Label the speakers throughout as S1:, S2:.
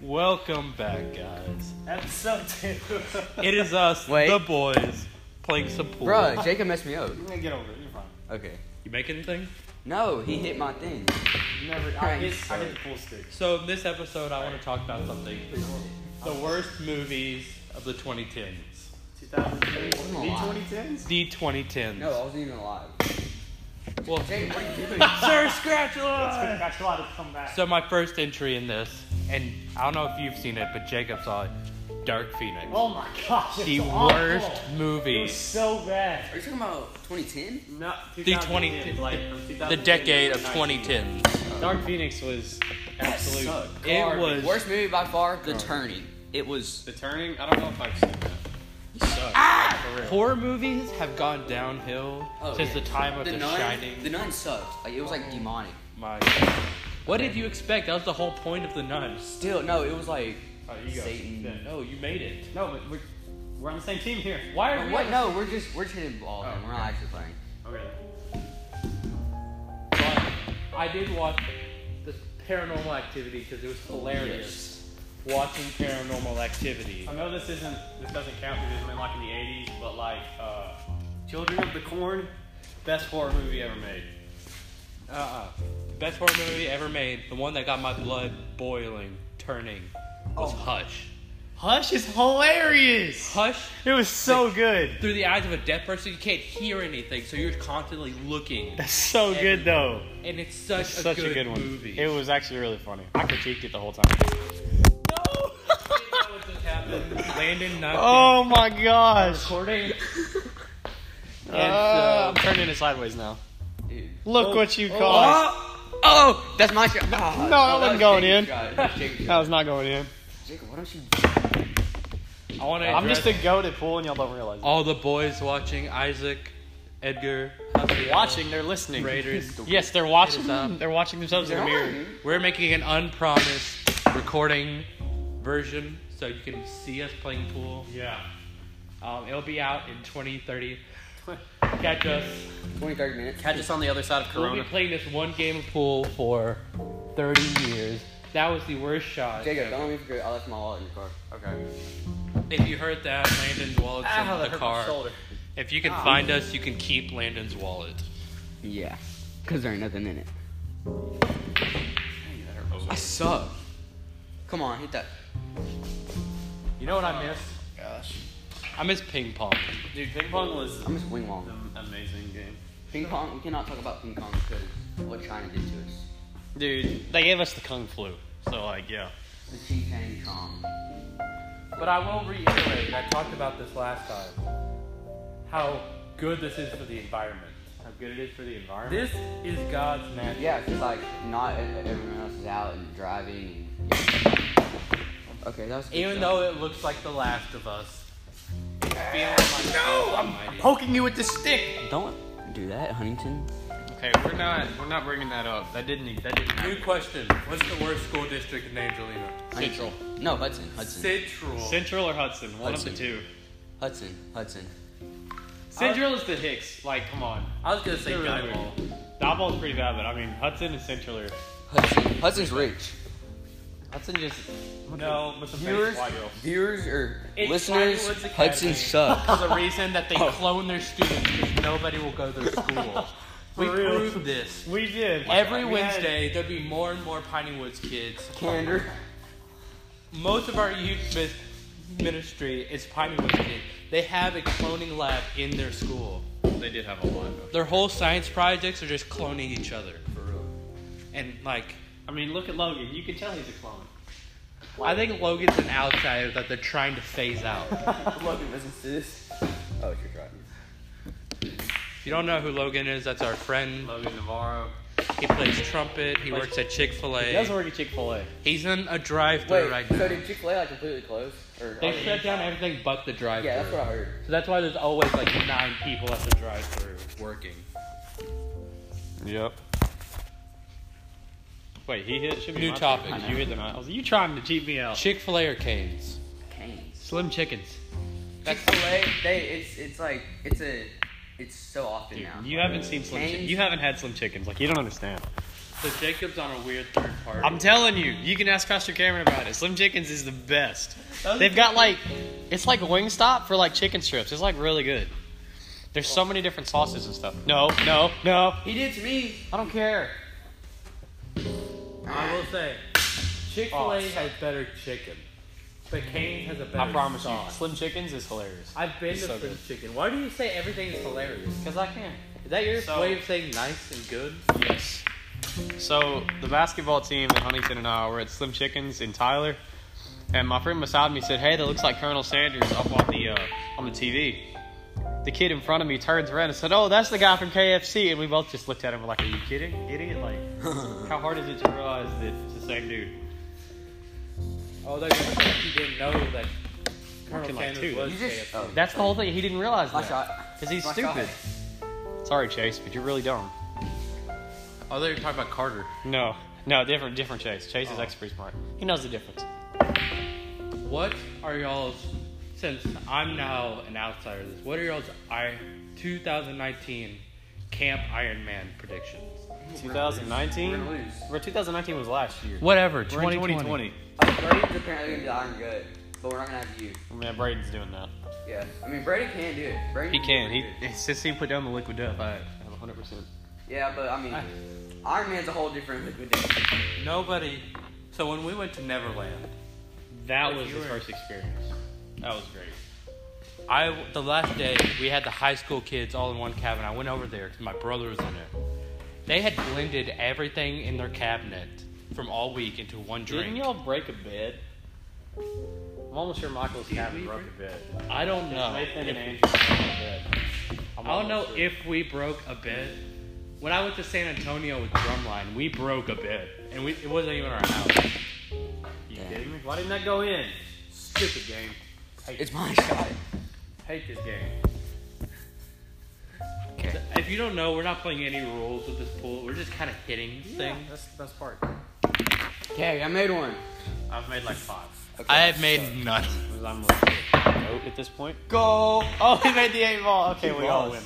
S1: Welcome back, guys.
S2: Episode two.
S1: It is us,
S3: Wait.
S1: the boys, playing some pool.
S3: Bruh, Jacob messed me up.
S2: You're gonna get over it. You're fine.
S3: Okay.
S1: You make anything?
S3: No, he hit my thing.
S2: You never. I hit. I hit the full stick.
S1: So in this episode, I want to talk about something. The worst movies of the 2010s.
S2: 2010.
S3: Come on.
S2: D2010s.
S1: The 2010s.
S3: No, I wasn't even alive.
S1: Well,
S3: Jacob, what are you doing?
S1: Sir Scratch Alive!
S2: Got a lot of come back.
S1: So my first entry in this, and I don't know if you've seen it, but Jacob saw it. Dark Phoenix.
S2: oh my gosh.
S1: the
S2: it's awful.
S1: worst
S2: It
S1: movie.
S2: was so bad.
S3: Are you talking about 2010?
S2: No,
S1: The 20 the decade of 2010.
S2: Dark Phoenix was absolute.
S3: sucked.
S1: It
S2: garbage.
S1: was
S3: Worst movie by far, The Turning. It was.
S2: The turning. I don't know if I've seen that.
S1: horror movies have gone downhill
S3: Oh,
S1: since
S3: yeah.
S1: the time of The,
S3: nun,
S1: Shining.
S3: The Nun sucked. Like, it was like demonic.
S1: My. What did you expect? That was the whole point of the nuns.
S3: Still, no, it was like.
S2: Oh, you go.
S3: Satan.
S2: Then.
S1: No, you made it.
S2: No, but we're, we're on the same team here. Why are we?
S3: What? No, we're just we're just hitting ball.
S2: Oh,
S3: man. We're not actually playing.
S2: Okay.
S1: But I did watch the Paranormal Activity because it was hilarious watching Paranormal Activity.
S2: I know this isn't. This doesn't count because it's been like in the 80s, but like uh, Children of the Corn, best horror movie ever made.
S1: Uh-uh. Best horror movie ever made. The one that got my blood boiling, turning, was Hush.
S2: Hush is hilarious.
S1: Hush.
S2: It was so good.
S1: Through the eyes of a deaf person, you can't hear anything, so you're constantly looking,
S2: That's so good though.
S1: and it's such,
S2: It's
S1: a,
S2: such
S1: good
S2: a good one.
S1: movie.
S2: It was actually really funny. I critiqued it the whole time.
S1: Landon knocked
S2: Oh my gosh.
S1: recording. and
S2: Uh,
S1: so,
S2: I'm turning it sideways now.
S3: Dude.
S2: Look what you caused.
S3: Oh, that's my shot. No,
S2: that wasn't going in. That
S3: Jacob,
S2: was not going in.
S3: Jacob, why don't you?
S1: I want to
S2: I'm just a goat at pool, and y'all don't realize. it.
S1: all the boys watching Isaac, Edgar,
S2: Watching, they're listening.
S1: Raiders.
S2: Yes, they're
S1: It
S2: watching.
S1: is up.
S2: They're watching themselves in the mirror.
S1: We're making an unpromised recording version, so you can see us playing pool.
S2: Yeah.
S1: Um, it'll be out in 2030. Catch us.
S3: 20, 30 minutes.
S2: Catch us on the other side of
S1: We'll be playing this one game of pool for 30 years. That was the worst shot.
S3: Jacob, don't let me forget. I left my wallet in the car. Okay.
S1: If you heard that, Landon's wallet's in the car. If you can find us, you can keep Landon's wallet.
S3: Yeah, cause there ain't nothing in it. I suck. Come on, hit that.
S2: You know what I miss?
S3: Gosh.
S1: I miss ping pong.
S2: Dude, ping pong was
S3: I'm just wing long.
S2: an amazing game.
S3: Ping pong. We cannot talk about ping pong because what China did to us.
S2: Dude, they gave us the kung flu. So like, yeah.
S3: The Xi Jinping Kong.
S1: But I will reiterate, and I talked about this last time, how good this is for the environment.
S2: How good it is for the environment.
S1: This is God's magic.
S3: Yeah, it's just like not e-, everyone else is out and driving. And, Okay, that was. a good
S1: Even
S3: shot.
S1: though it looks like The Last of Us, it's feeling like no,
S2: Poking you with the stick.
S3: Don't do that, Huntington.
S2: Okay, we're not we're not bringing that up. That didn't that didn't
S1: New question: What's the worst school district in Angelina?
S3: Central. No, Hudson. Hudson.
S1: Central.
S2: Central or Hudson? One
S3: of the
S2: two.
S3: Hudson. Hudson.
S2: Central is the Hicks. Like, come on.
S1: I was gonna say
S2: They're really
S1: Guyball.
S2: Eyeball's pretty bad, but I mean Hudson is Centraler.
S3: Hudson. Hudson's rich. Hudson just
S2: No, but the
S3: viewers. Viewers or
S1: It's
S3: listeners.
S1: Hollywood's Academy.
S3: Hudson sucks.
S1: There's a reason that
S2: Oh,
S1: they clone their students because nobody will go to their school. we
S2: For real.
S1: proved this.
S2: We did
S1: Every
S2: We had-
S1: Wednesday, there'd be more and more Piney Woods kids.
S3: Candor.
S1: Most of our youth mis- ministry is Piney Woods kids. They have a cloning lab in their school.
S2: They did have a lot. Of
S1: Their whole science projects are just cloning each other, for real. And like,
S2: I mean, look at Logan. You can tell he's a clone.
S1: I think Logan's an outsider that they're trying to phase out.
S3: Logan listens to this. Oh, it's your driving.
S1: If you don't know who Logan is, that's our friend.
S2: Logan Navarro.
S1: He plays trumpet. He works at Chick Fil
S2: He does
S1: A.
S2: work at Chick Fil A.
S1: He's in a drive-through
S3: Wait,
S1: right
S3: so
S1: now.
S3: did Chick Fil A like completely close? Or oh,
S1: They shut down everything but the drive-through.
S3: Yeah, that's what I heard.
S1: So that's why there's always like nine people at the drive-through working.
S2: Yep. Wait, he hit. Should be
S1: New
S2: my
S1: topic.
S2: turn. You hit the mouse. You trying to cheat me out?
S1: Chick Fil A or Canes?
S3: Canes.
S2: Slim chickens.
S3: Chick
S1: That's
S3: Fil A. They it's it's like it's a it's so often now.
S2: You haven't seen Slim. Chick-
S3: Canes.
S2: you haven't had Slim chickens. Like you don't understand.
S1: So Jacob's on a weird third party.
S2: I'm telling you, you can ask Pastor Cameron about it. Slim Chickens is the best.
S1: That was
S2: They've got like, it's like Wingstop for like chicken strips. It's like really good. There's so many different sauces and stuff. No, no, no.
S3: He did to me. I don't care.
S1: I will say, Chick Fil A
S2: Sauce.
S1: has better chicken, but Cane's has a better.
S2: I promise you,
S1: sauce.
S2: Slim Chickens is hilarious.
S1: I've been
S2: It's
S1: to
S2: so
S1: Slim
S2: good.
S1: Chicken. Why do you say everything is hilarious?
S3: Because I can.
S1: Is that your
S4: So-
S1: way of saying nice and good?
S2: Yes. So the basketball team in Huntington and I were at Slim Chickens in Tyler, and my friend beside me said, "Hey, that looks like Colonel Sanders up on the uh, on the TV." The kid in front of me turns around and said, "Oh, that's the guy from KFC," and we both just looked at him like, "Are you kidding, idiot? Like, how hard is it to realize that it's the same dude?"
S1: Oh, that you didn't know that Colonel
S2: Looking like
S1: Sanders
S2: two.
S1: was
S3: You just.
S1: KFC.
S3: Oh,
S2: That's the whole thing. He didn't realize
S3: my
S2: that
S3: shot.
S2: because he's
S3: My
S2: stupid.
S3: shot.
S2: Sorry, Chase, but you're really dumb.
S1: Oh, they were talking about Carter.
S2: No, no, different, different Chase. Chase is extra smart. He knows the difference.
S1: What are y'all's, since I'm now an outsider to this, what are y'all's I, 2019 Camp Iron Man predictions?
S2: 2019.
S3: We're gonna lose.
S2: Where 2019 was last year.
S1: Whatever,
S2: We're in 2020.
S3: Oh, Braden's apparently gonna be the iron good, but we're not gonna have you.
S2: Oh, Man, Braden's doing that.
S3: Yeah. I mean, Brady can do it. Brady
S2: He can.
S3: do it.
S2: He since he put down the liquid death, I have 100. percent
S3: Yeah, but I mean,
S1: I-
S3: Iron Man's a whole different liquid. death.
S1: Nobody. So when we went to Neverland,
S2: That
S1: Like
S2: was
S1: you
S2: his
S1: were-
S2: first experience. That was great.
S1: I the last day we had the high school kids all in one cabin. I went over there because my brother was in it. They had blended everything in their cabinet from all week into one
S2: Didn't
S1: drink.
S2: y'all break a bed? I'm almost sure Michael's cabin
S1: we
S2: broke a bed.
S1: I don't know.
S2: Nathan
S1: if-
S2: and Andrew broke a bed. I'm
S1: I don't know
S2: almost sure.
S1: if we broke a bed. When I went to San Antonio with Drumline, we broke a bed, and we, it wasn't even our house.
S4: You kidding me? Why didn't that go in? Stupid game.
S3: It's my shot.
S4: Hate this game.
S3: Okay.
S1: If you don't know, we're not playing any rules with this pool. We're just kind of hitting
S4: Yeah,
S1: things.
S4: that's the best part.
S3: Okay, I made one.
S4: I've made like five.
S3: Okay.
S1: I have made none.
S4: Because I'm like,
S2: Nope at this point.
S3: go.
S2: Oh, he made the eight ball. Okay, we all win.
S3: balls.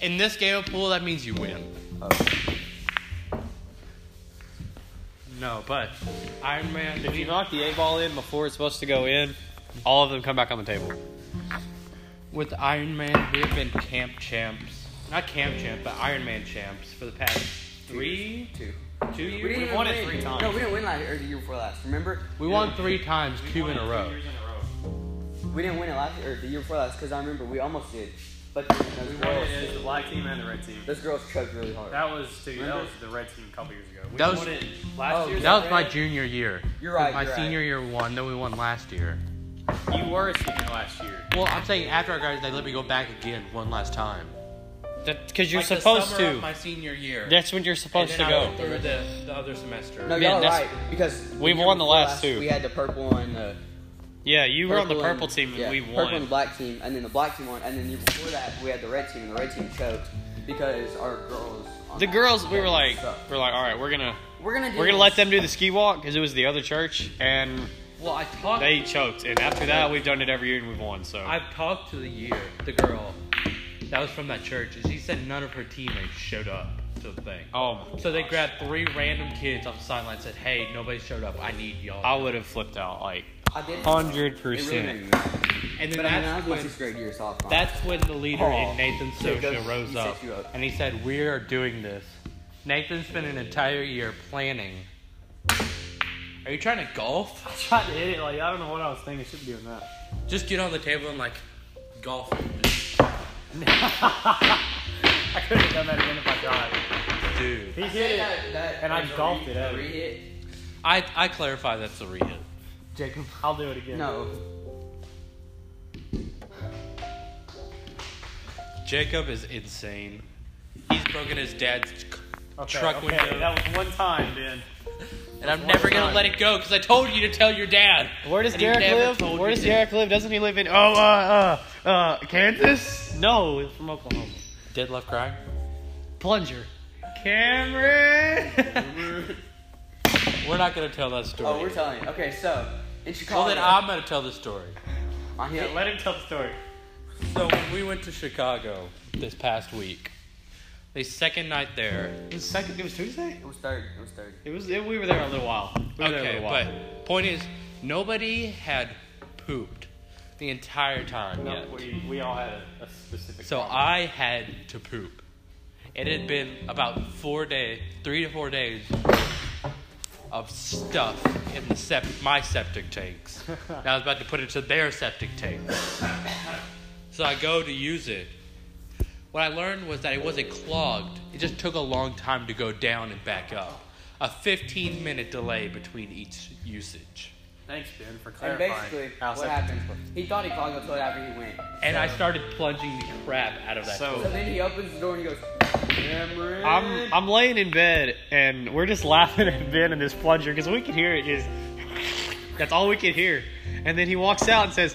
S1: In this game of pool, that means you win. No, but Iron Man.
S2: If you knock the eight ball in before it's supposed to go in, all of them come back on the table.
S1: With Iron Man, we have been camp champs. Not camp champ, but Iron Man champs for the past three,
S3: Two.
S1: two
S3: We
S1: years.
S3: didn't
S1: We've
S3: even
S1: won
S3: win.
S1: it three times.
S3: No, we didn't win last or the year before last. Remember?
S1: we won three times, two in a row.
S4: Years in a row.
S3: We didn't win it last or the year before last because I remember we almost did, but those
S4: We won
S3: girls,
S4: it as the black team and the red team.
S3: those girls choked really hard.
S4: That was dude, that
S3: Remember?
S4: was the red team a couple years ago. We
S1: That was-
S4: won it last
S3: Oh,
S4: year.
S1: That was my junior year.
S3: You're right,
S1: My
S3: you're right.
S1: senior year won, then we won last year.
S4: You were a senior last year.
S1: Well, I'm saying after I graduated, they let me go back again one last time.
S2: Because you're supposed to.
S1: my senior year.
S2: That's when you're supposed to
S1: and then I
S2: go.
S1: went through the, the other semester.
S3: no,
S2: Man,
S3: y'all
S2: that's-
S3: right because the
S2: We've
S3: year
S2: won the
S3: before
S2: last two.
S3: We had the purple and the
S2: Yeah, you were on the purple
S3: and-
S2: team and
S3: yeah,
S2: we won.
S3: Purple and the black team, and then the black team won, and then the year before that we had the red team, and the red team choked because our girls. on
S2: The
S3: that
S2: girls, we were
S3: team
S2: like,
S3: sucked.
S2: we're like, all right, we're gonna,
S3: we're gonna do
S2: we're gonna
S3: this.
S2: let them do the ski walk because it was the other church, and
S1: Well, I talked.
S2: they choked. And after that, we've done it every year and we've won. So
S1: I've talked to the year, the girl that was from that church, and she said none of her teammates showed up to the thing.
S2: oh, my
S1: So they
S2: gosh.
S1: grabbed three random kids off the sideline and said, hey, nobody showed up. I need y'all.
S2: I would have flipped out like
S3: I did.
S2: hundred
S3: It really
S2: percent.
S3: didn't matter.
S1: and then
S3: But I mean, I
S1: that's
S3: was my
S1: when,
S3: sixth grade year sophomore.
S1: that's when the leader
S3: Oh.
S1: in Nathan's
S3: Yeah,
S1: social
S3: goes-
S1: rose
S3: he
S1: up,
S3: sets you up.
S1: and he said, we are doing this. Nathan spent an entire year planning. Are you trying to golf?
S4: I tried to hit it like I don't know what I was thinking. Should be doing that.
S1: Just get on the table and like golf.
S4: I couldn't have done that again if I tried.
S1: Dude.
S4: He
S3: I
S4: hit
S3: said
S4: it.
S3: that- that
S4: and I
S3: was a
S4: golfed
S3: re-
S4: it out.
S3: a re-hit.
S1: I, I clarify that's a re-hit.
S4: Jacob, I'll do it again.
S3: No,
S1: Jacob is insane. He's broken his dad's c-
S4: Okay,
S1: truck
S4: okay,
S1: window,
S4: That was one time, Ben.
S1: and I'm never gonna let it go because I told you to tell your dad.
S2: Where does
S1: And he
S2: Derek
S1: never
S2: live?
S1: told
S2: Where
S1: you
S2: does
S1: to.
S2: Derek live? Doesn't he live in oh uh uh uh Kansas? No, he's from Oklahoma.
S1: Dead left crying.
S2: Plunger. Cameron.
S1: We're not gonna tell that story.
S3: oh, we're telling. you. Okay, so in Chicago,
S1: well, then I'm gonna tell the story.
S3: I hit.
S4: Let him tell the story.
S1: So when we went to Chicago this past week, The second night there.
S2: It was second. It was Tuesday.
S3: It was third. It was third.
S2: It was. It, we were there a little while. We were there a
S1: Okay,
S2: little while.
S1: but point is, nobody had pooped the entire time
S4: No,
S1: yet.
S4: we, we all had a, a specific.
S1: So
S4: problem.
S1: I had to poop. It had been about four days, three to four days of stuff in the sept- my septic tanks. And I was about to put it to their septic tank. So I go to use it. What I learned was that it wasn't clogged. It just took a long time to go down and back up. A 15 minute delay between each usage.
S4: Thanks, Ben, for
S3: And
S4: clarifying.
S3: basically,
S2: Outside.
S3: what happened? He thought he clogged the toilet after he went.
S1: And I started plunging the crap out of that.
S2: So-
S1: So,
S3: So then he opens the door and he goes, Cameron.
S2: I'm I'm laying in bed and we're just laughing at Ben and this plunger because we can hear it just. That's all we can hear. And then he walks out and says,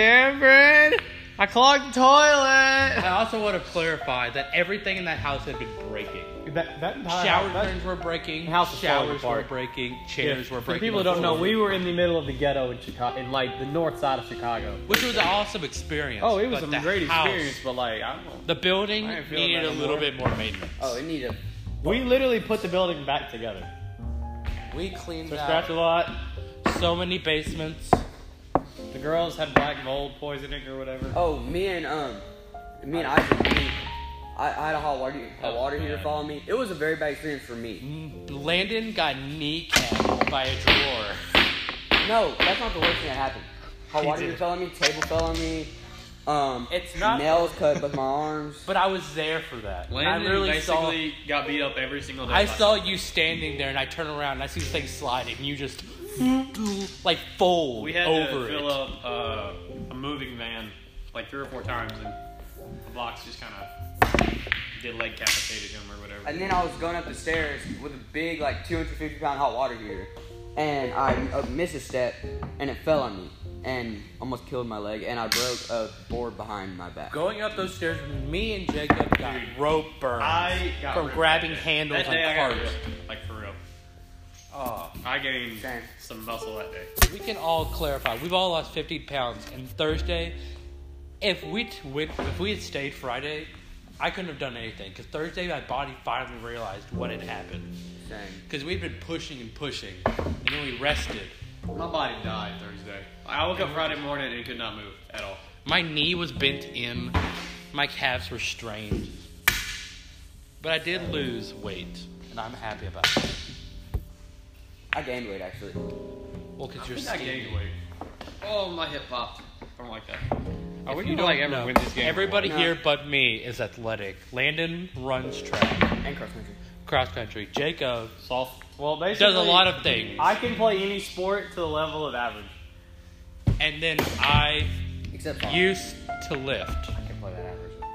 S2: "Cameron, I clogged the toilet."
S1: I also want to clarify that everything in that house had been breaking.
S2: That that entire
S1: Shower
S2: that-
S1: curtains were breaking.
S2: House was falling
S1: showers were
S2: apart.
S1: breaking. Chairs were
S2: For
S1: breaking.
S2: people who
S1: the
S2: don't know,
S1: floor.
S2: we were in the middle of the ghetto in Chicago, in like the north side of Chicago.
S1: which was an awesome experience.
S2: Oh, it was
S1: but
S2: a
S1: the
S2: great
S1: house-
S2: experience, but like I don't.
S1: The building
S2: I ain't feeling
S1: needed
S2: that
S1: a little bit
S2: anymore.
S1: more maintenance.
S3: Oh, it needed.
S2: We literally put the building back together.
S1: we cleaned
S2: So
S1: out
S2: scratch a lot.
S1: so many basements.
S2: The girls had black mold poisoning or whatever.
S3: Oh, me and um, me and Isaac, we, I, I had a hot water hot water heater
S1: man.
S3: follow me. It was a very bad experience for me.
S1: Landon got kneecapped by a drawer.
S3: No, that's not the worst thing that happened. Hot
S2: He
S3: water
S2: did.
S3: heater fell on me. Table fell on me. Um,
S1: It's not-
S3: nails cut both my arms.
S1: But I was there for that. I literally saw.
S2: got beat up every single day.
S1: I saw you standing there, and I turn around and I see this thing sliding, and you just like fold
S4: We had
S1: over
S4: to fill
S1: it.
S4: up uh, a moving van like three or four times, and the blocks just kind of did leg capitated him or whatever.
S3: And then I was going up the stairs with a big like 250 pound hot water heater, and I uh, missed a step, and it fell on me, and almost killed my leg, and I broke a board behind my back.
S1: Going up those stairs, me and Jacob got
S4: Dude,
S1: rope burns
S4: I got
S1: from
S4: ripped
S1: grabbing
S4: that day.
S1: handles
S4: That
S1: on
S4: day I got
S1: carts.
S4: ripped, like for real.
S3: Oh,
S4: I gained
S3: Same.
S4: some muscle that day.
S1: We can all clarify. We've all lost 15 pounds, and Thursday, if we t- went, if we had stayed Friday, I couldn't have done anything because Thursday my body finally realized what had happened
S3: same.
S1: because we'd been pushing and pushing, and then we rested.
S4: My body died Thursday. I woke up Friday morning and could not move at all.
S1: My knee was bent in, my calves were strained, but I did lose weight, and I'm happy about it.
S3: I gained weight actually.
S1: Well, because you're
S4: I
S1: skinny.
S4: gained weight. Oh, my hip popped. I don't like that.
S2: Are we
S1: You
S2: gonna
S1: don't
S2: like ever
S1: know.
S2: win this game?
S1: Everybody
S3: No.
S1: here but me is athletic. Landon runs track,
S3: And cross country.
S1: cross country. Jacob
S2: soft. Well, basically,
S1: does a lot of things.
S2: I can play any sport to the level of average.
S1: and then I
S3: Except softball.
S1: used to lift.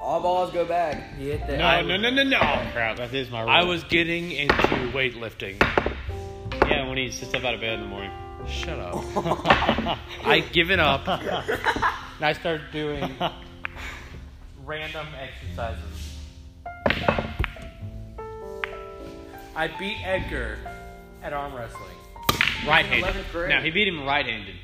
S3: All balls go back. He hit that.
S2: No,
S1: I-
S2: no, no, no, no. Oh, crap, that is my rule.
S1: I was getting into weightlifting.
S2: yeah when he sits up out of bed in the morning.
S1: Shut up. I given up and I started doing random exercises. I beat Edgar at arm wrestling.
S2: Right-handed.
S3: 11th grade.
S2: No, he beat him right-handed.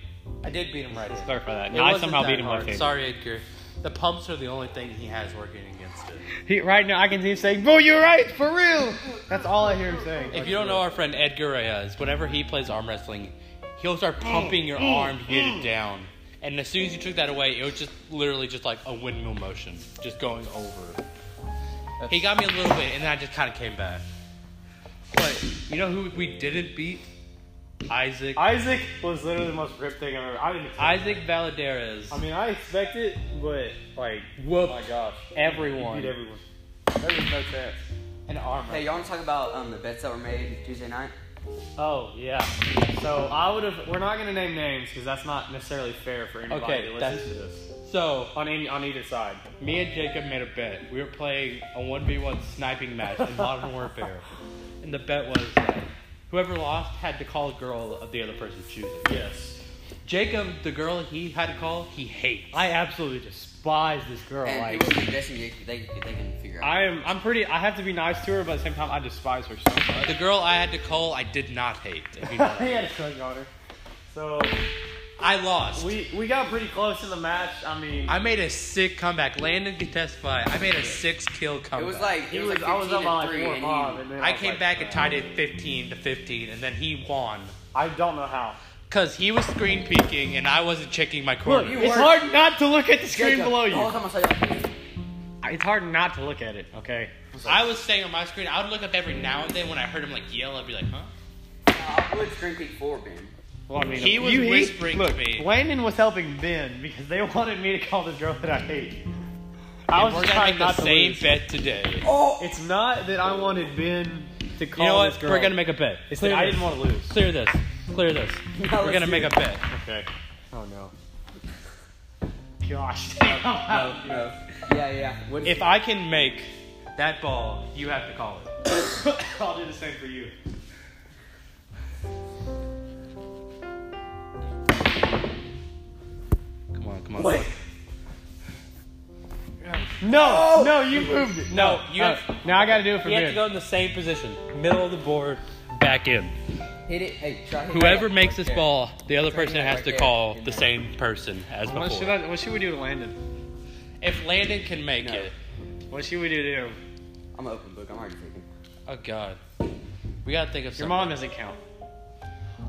S1: I did beat him right in.
S2: Clarify that.
S1: It
S2: No, I
S1: wasn't
S2: somehow
S1: that
S2: beat him
S1: hard.
S2: left-handed.
S1: Sorry, Edgar. The pumps are the only thing he has working against it.
S2: He, right now, I can see him saying, "Boo, you're right, for real." That's all I hear him saying.
S1: If you don't know our friend Ed Reyes, whenever he plays arm wrestling, he'll start pumping your arm to get it down. And as soon as you took that away, it was just literally just like a windmill motion, just going over. He got me a little bit, and then I just kind of came back. But you know who we didn't beat? Isaac.
S2: Isaac was literally the most ripped thing I've ever. I didn't. expect
S1: Isaac Valadares.
S2: that. I mean, I expect it, but like,
S1: Whoop.
S2: oh my gosh,
S1: Everyone.
S2: He beat everyone. There was no chance.
S1: an arm
S3: Hey,
S1: wrestling.
S3: y'all want to talk about um, the bets that were made Tuesday night?
S2: Oh yeah.
S4: So I would have. We're not gonna name names because that's not necessarily fair for anybody
S1: Okay,
S4: that
S1: that's-
S4: listens to this
S1: So
S4: on any, on either side.
S1: Me and Jacob made a bet. We were playing a 1v1 sniping match in Modern Warfare. And the bet was that whoever lost had to call a girl of the other person's choosing.
S2: Yes.
S1: Jacob, the girl he had to call, he hates.
S2: I absolutely despise this girl.
S3: and
S2: like,
S3: people are guessing they, they, they can figure out.
S2: I am. I'm pretty. I have to be nice to her, but at the same time, I despise her so much.
S1: the girl I had to call, I did not hate. If you know
S2: he
S1: that.
S2: had a crush on her. So
S1: I lost.
S4: We we got pretty close in the match. I mean,
S1: I made a sick comeback. Landon can testify. I made a six kill
S3: It
S1: comeback.
S3: was like
S4: he
S3: it
S4: was,
S3: was, like
S4: I was
S3: 15
S4: up
S3: and
S4: on like
S3: three,
S4: four
S3: and he-
S4: five, and then
S1: I
S4: was
S1: came
S4: like,
S1: back and tied it 15 to 15, and then he won.
S4: I don't know how.
S1: Because he was screen peeking and I wasn't checking my corner.
S3: you-
S2: It's
S3: Work.
S2: hard not to look at the screen
S3: Jacob,
S2: below
S3: the whole
S2: you.
S3: time I saw you, like,
S2: It's hard not to look at it. Okay.
S1: I was staying on my screen. I would look up every now and then when I heard him like yell. I'd be like, huh?
S3: I would screen peek four, Ben.
S2: Well, I mean,
S1: He was
S2: hate-
S1: whispering to
S2: look,
S1: me.
S2: Landon was helping Ben because they wanted me to call this girl that I hate.
S4: I
S1: And
S4: was
S1: we're gonna
S4: just trying
S1: make the
S4: not to
S1: same
S4: lose.
S1: bet today.
S3: Oh,
S4: It's not that I wanted Ben to call
S1: You know
S4: this
S1: what?
S4: girl.
S1: We're gonna make a bet.
S2: It's
S1: Clear
S2: that I
S1: this.
S2: didn't want to lose.
S1: Clear this. Clear this.
S3: let's
S1: We're gonna
S3: do
S1: make a
S3: it.
S1: bet.
S2: Okay. Oh no. Gosh. damn.
S3: no, no. Yeah, yeah. What
S1: If I can make that ball, you have to call it.
S2: I'll do the same for you.
S1: Come on, come on.
S3: Wait.
S2: No, no, you moved it.
S1: No, you
S2: Uh,
S1: have,
S2: now I gotta do it for
S1: you have to
S2: Ben.
S1: go in the same position, middle of the board, back in.
S3: hit it, hey, try hit
S1: Whoever
S3: that.
S1: makes this
S3: Okay.
S1: ball, the other
S3: Right there,
S1: person has
S3: right
S1: to
S3: there.
S1: call
S3: In
S1: the
S3: there.
S1: same person as
S2: What should
S1: before.
S2: I? What should we do to Landon?
S1: If Landon can make
S3: No.
S1: it,
S2: What should we do to him?
S3: I'm an open book. I'm already thinking.
S1: oh god, we gotta think of something.
S2: Your mom doesn't count.
S3: You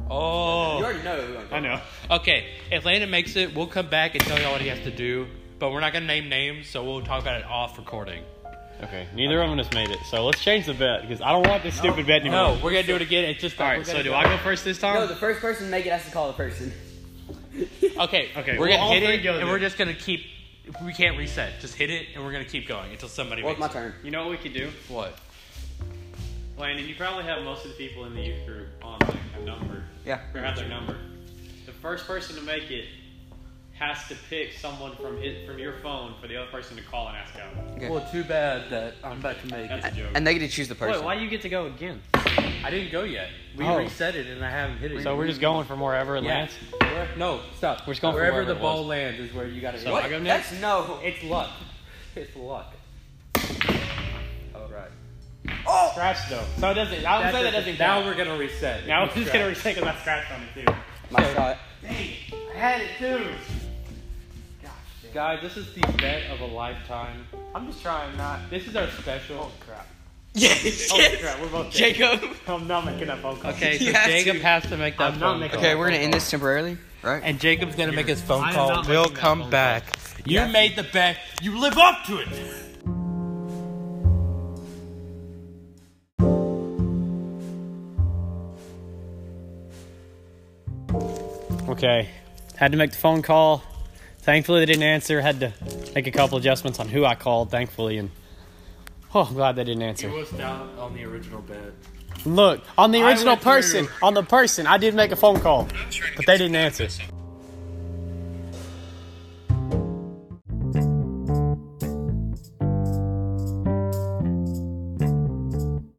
S1: Oh,
S3: already know. Who I'm
S2: I know.
S1: okay. If Landon makes it, we'll come back and tell y'all what he has to do. But we're not gonna name names, so we'll talk about it off recording.
S2: Okay. Neither of us made it, so let's change the bet because I don't want this stupid bet anymore.
S1: No, we're gonna do it again. It's just
S2: All
S1: we're
S2: right. So
S1: gonna
S2: do I go first this time?
S3: No, the first person to make it has to call the person.
S1: Okay.
S2: Okay,
S1: We're
S2: well, all
S1: gonna hit
S2: three
S1: it,
S2: go
S1: and
S2: then.
S1: we're just gonna keep. We can't reset. Just hit it, and we're gonna keep going until somebody.
S3: Well, it's
S1: makes
S3: my
S1: it.
S3: turn.
S2: you know what we could do?
S1: What?
S4: Landon, you probably have most of the people in the youth group on like a number.
S3: Yeah.
S4: Or have their number. The first person to make it has to pick someone from his, from your phone for the other person to call and ask out.
S3: Okay.
S1: Well, too bad that I'm about to make
S4: That's a joke.
S3: And they get to choose the person.
S2: Wait, why do you get to go again?
S1: I didn't go yet. We
S2: Oh.
S1: reset it, and I haven't hit it.
S2: So we're just going from wherever it
S1: Yeah.
S2: lands.
S1: Where- no, stop.
S2: We're just going for
S1: wherever
S2: wherever
S1: the
S2: it
S1: ball lands is where you gotta
S2: So
S1: hit.
S2: I
S1: it.
S2: go
S3: What?
S2: next?
S3: That's no.
S1: It's luck. It's luck. All right.
S3: Oh,
S2: Scratch though. So it doesn't. I would say that doesn't
S1: now
S2: count.
S1: we're gonna reset. You
S2: Now we're just
S1: scratch.
S2: gonna reset because I scratched on it too.
S3: my shot.
S2: I had it too.
S1: Guys, this is the bet of a lifetime.
S2: I'm just trying not.
S1: This is our special.
S2: Crap.
S3: Yes.
S2: Oh crap, we're both dead.
S3: Jacob.
S2: I'm not making that phone call.
S1: Okay, so
S3: You have
S1: Jacob
S3: to.
S1: has to make that
S2: I'm not
S1: phone
S2: making-
S1: call.
S3: Okay, we're gonna end this temporarily, right?
S1: And Jacob's gonna make his phone
S2: I am
S1: call.
S2: not
S1: We'll
S2: making that phone
S1: come
S2: call.
S1: back. You
S3: Yes.
S1: made the bet. You live up to it.
S2: Okay. Had to make the phone call. Thankfully, they didn't answer. Had to make a couple adjustments on who I called, thankfully. And oh, I'm glad they didn't answer.
S1: was down on the original bet.
S2: Look, on the
S1: I
S2: original
S1: went through-
S2: person, on the person, I did make a phone call, but they didn't answer.